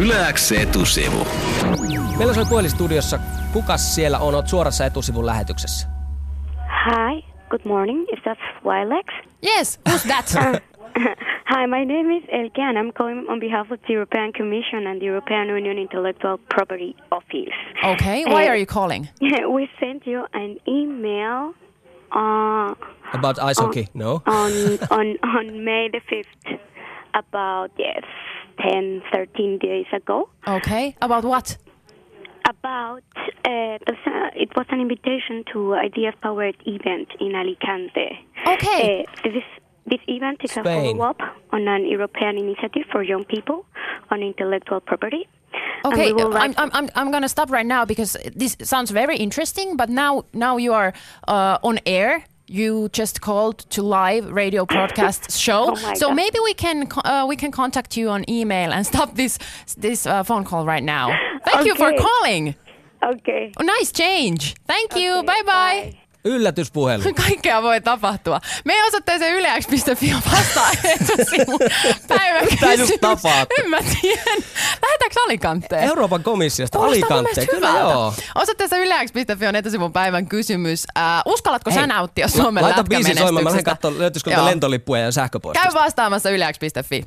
Yläks etusivu. Meillä soi puhelistudiossa. Kukas siellä on? Oot suorassa etusivun lähetyksessä. Hi, good morning. Is that Wilex? Yes, who's that? Hi, my name is Elke and I'm calling on behalf of the European Commission and the European Union Intellectual Property Office. Eh, Okay, why are you calling? we sent you an email uh, About ice hockey, no? on, on, on May the 5th about, yes, 10, 13 days ago. Okay, about what? about uh, the, it was an invitation to IDF powered event in Alicante. Oh, Okay. Uh, this this event is a Spain. follow up on an European initiative for young people on intellectual property. And Okay, we will I'm, like- I'm, I'm, I'm gonna stop right now because this sounds very interesting. But now now you are uh, on air. You just called to live radio broadcast show. Oh my so God. maybe we can co- uh, we can contact you on email and stop this this uh, phone call right now. Thank you for Okay. calling. okay. Nice change. Thank you. Okay, bye bye. Yllätyspuhelu. Kaikkea voi tapahtua. Meidän osoitteeseen yleäks.fi on vastaa etusivun päivän Mitä just kysymys. tapahtui? En mä tiedä. Lähetäänkö alikanteen? Euroopan komissiosta Kuulostaa mun alikanteen. mielestä Kyllä hyvältä. joo. Osoitteessa yleäks.fi on etusivun päivän kysymys. Äh, uskallatko Hei, sä nauttia Suomen Laita biisi soimaan. Mä lähden lätkämenestyksestä? katsomaan, löytyisikö Joo. lentolippuja ja sähköpostia. Käy vastaamassa yleäks.fi.